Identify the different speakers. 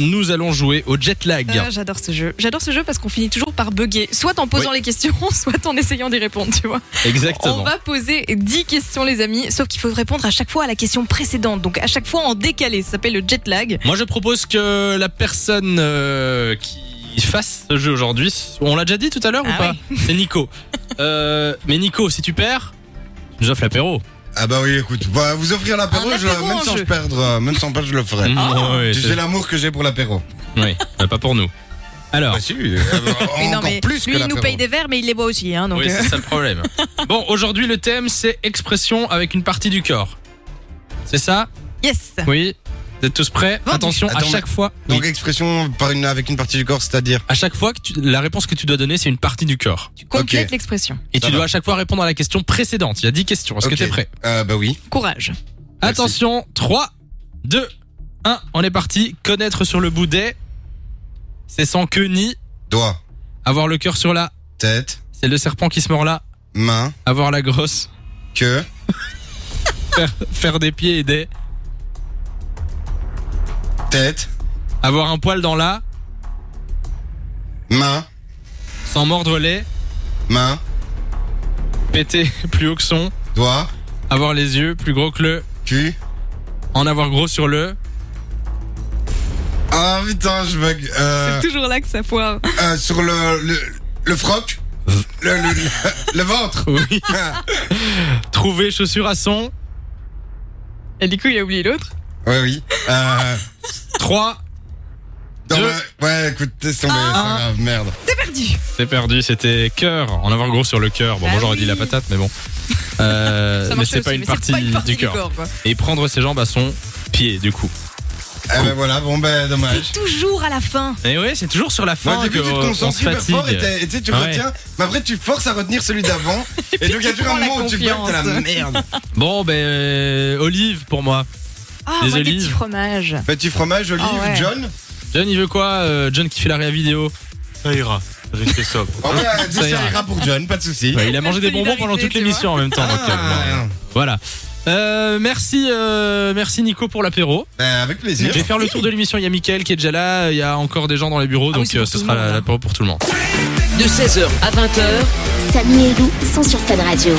Speaker 1: Nous allons jouer au jet lag.
Speaker 2: Ah, j'adore ce jeu. J'adore ce jeu parce qu'on finit toujours par bugger, soit en posant les questions, soit en essayant d'y répondre, tu vois. On
Speaker 1: Exactement.
Speaker 2: va poser 10 questions, les amis, sauf qu'il faut répondre à chaque fois à la question précédente, donc à chaque fois en décalé. Ça s'appelle le jet lag.
Speaker 1: Moi, je propose que la personne euh, qui fasse ce jeu aujourd'hui, on l'a déjà dit tout à l'heure ou
Speaker 2: Ah
Speaker 1: pas C'est Nico. Euh, mais Nico, si tu perds, tu nous offres l'apéro.
Speaker 3: Ah bah oui, écoute, bah, vous offrir l'apéro,
Speaker 2: Un
Speaker 3: je-
Speaker 2: apéro
Speaker 3: même
Speaker 2: en jeu. Mm.
Speaker 3: sans
Speaker 2: Ah
Speaker 3: je perdre, euh, même sans perdre, je le ferai.
Speaker 1: Mmh, ouais,
Speaker 3: Tu
Speaker 1: c'est-
Speaker 3: sais l'amour que j'ai pour l'apéro.
Speaker 1: oui, bah, pas pour nous. Alors,
Speaker 3: Bah si, euh, euh,
Speaker 2: Ah. Mais non,
Speaker 3: encore
Speaker 2: mais
Speaker 3: plus
Speaker 2: lui,
Speaker 3: que
Speaker 2: il nous
Speaker 3: l'apéro.
Speaker 2: paye des verres, mais il les boit aussi, hein, donc.
Speaker 1: oui,
Speaker 2: euh,
Speaker 1: c'est ça le problème. bon, aujourd'hui, le thème, c'est expression avec une partie du corps. C'est ça
Speaker 2: Yes.
Speaker 1: Oui. Vous êtes tous prêts
Speaker 2: Vendu.
Speaker 1: Attention, à
Speaker 3: Attends,
Speaker 1: chaque fois.
Speaker 3: Donc
Speaker 1: Oui.
Speaker 3: expression par une, avec une partie du corps, c'est-à-dire
Speaker 1: À chaque fois, que tu- la réponse que tu dois donner, c'est une partie du corps.
Speaker 2: Tu complètes
Speaker 3: Ok.
Speaker 2: l'expression.
Speaker 1: Et
Speaker 3: Ça
Speaker 1: tu
Speaker 3: va.
Speaker 1: dois à chaque fois répondre à la question précédente. Il y a 10 questions. Est-ce
Speaker 3: Ok.
Speaker 1: que t'es prêt
Speaker 3: euh, Bah oui.
Speaker 2: Courage.
Speaker 3: Merci.
Speaker 1: Attention, 3, 2, 1, on est parti. Connaître sur le bout des. C'est sans queue ni.
Speaker 3: Doigt,
Speaker 1: Avoir le cœur sur la.
Speaker 3: tête,
Speaker 1: C'est le serpent qui se mord là.
Speaker 3: main,
Speaker 1: Avoir la grosse.
Speaker 3: queue,
Speaker 1: Faire, faire des pieds et des.
Speaker 3: tête,
Speaker 1: Avoir un poil dans la.
Speaker 3: main,
Speaker 1: Sans mordre les.
Speaker 3: main,
Speaker 1: Péter plus haut que son.
Speaker 3: doigt,
Speaker 1: Avoir les yeux plus gros que le.
Speaker 3: cul.
Speaker 1: En avoir gros sur le.
Speaker 3: Ah putain, je bug. Euh,
Speaker 2: C'est toujours là que ça foire.
Speaker 3: euh, sur le, le, le froc, le, le, le- le ventre.
Speaker 1: Oui. Trouver chaussures à son.
Speaker 2: Et du coup, il a oublié l'autre.
Speaker 3: ouais, oui. Euh,
Speaker 1: 3.
Speaker 3: dans
Speaker 1: Deux.
Speaker 3: le- Ouais, écoute, laisse tomber, c'est
Speaker 1: Ah.
Speaker 3: pas grave, merde.
Speaker 2: C'est perdu.
Speaker 1: C'est perdu, c'était cœur. En avoir gros sur le cœur. Bon,
Speaker 2: Ah
Speaker 1: moi j'aurais
Speaker 2: oui.
Speaker 1: dit la patate, mais bon. Euh,
Speaker 2: Ça
Speaker 1: mais
Speaker 2: marche
Speaker 1: c'est
Speaker 2: aussi,
Speaker 1: pas, une
Speaker 2: mais
Speaker 1: partie du cœur.
Speaker 2: quoi.
Speaker 1: Et prendre ses jambes à son pied, du coup.
Speaker 3: Eh ben voilà, bon ben dommage.
Speaker 2: Toujours à la fin.
Speaker 1: Et ouais, c'est toujours sur la
Speaker 3: Moi,
Speaker 1: fin hein,
Speaker 3: au début,
Speaker 1: que
Speaker 3: tu te
Speaker 1: on
Speaker 3: concentres
Speaker 1: se
Speaker 3: super
Speaker 1: fatigue. Ah
Speaker 3: fort et, t'as- et tu sais, tu
Speaker 1: Ouais.
Speaker 3: retiens, mais après, tu forces à retenir celui d'avant. et donc, il y a
Speaker 2: tu
Speaker 3: toujours
Speaker 2: prends
Speaker 3: un
Speaker 2: la
Speaker 3: moment où tu bugs, t'es la
Speaker 2: confiance.
Speaker 3: merde.
Speaker 1: Bon, ben, euh, Olive pour moi.
Speaker 2: Ah,
Speaker 1: Des
Speaker 2: moi, des
Speaker 1: olives.
Speaker 2: petits fromages.
Speaker 3: Petit fromage, olive,
Speaker 2: Ah ouais.
Speaker 3: John.
Speaker 1: John, il veut quoi Euh, John qui fait la réa vidéo.
Speaker 4: Ça ira, restez sobre.
Speaker 3: En vrai, euh,
Speaker 1: Ah, Ça
Speaker 3: ça
Speaker 1: ira.
Speaker 3: ira pour John, pas de soucis.
Speaker 1: Ouais, il a mangé des bonbons
Speaker 2: Solidarité,
Speaker 1: pendant toute
Speaker 2: tu
Speaker 1: l'émission en même temps. donc, euh, bon,
Speaker 3: Ah,
Speaker 1: voilà. Euh, merci, euh, merci Nico pour l'apéro.
Speaker 3: ben, avec
Speaker 1: Je
Speaker 3: plaisir.
Speaker 1: vais faire le tour de l'émission. Il y a Mickaël qui est déjà là. Il y a encore des gens dans les bureaux,
Speaker 2: Ah oui,
Speaker 1: donc
Speaker 2: c'est
Speaker 1: euh,
Speaker 2: pour
Speaker 1: ce
Speaker 2: tout le
Speaker 1: sera
Speaker 2: monde, hein.
Speaker 1: l'apéro pour tout le monde.
Speaker 5: de 16h à 20h,
Speaker 6: Samy et Lou sont sur Fun Radio.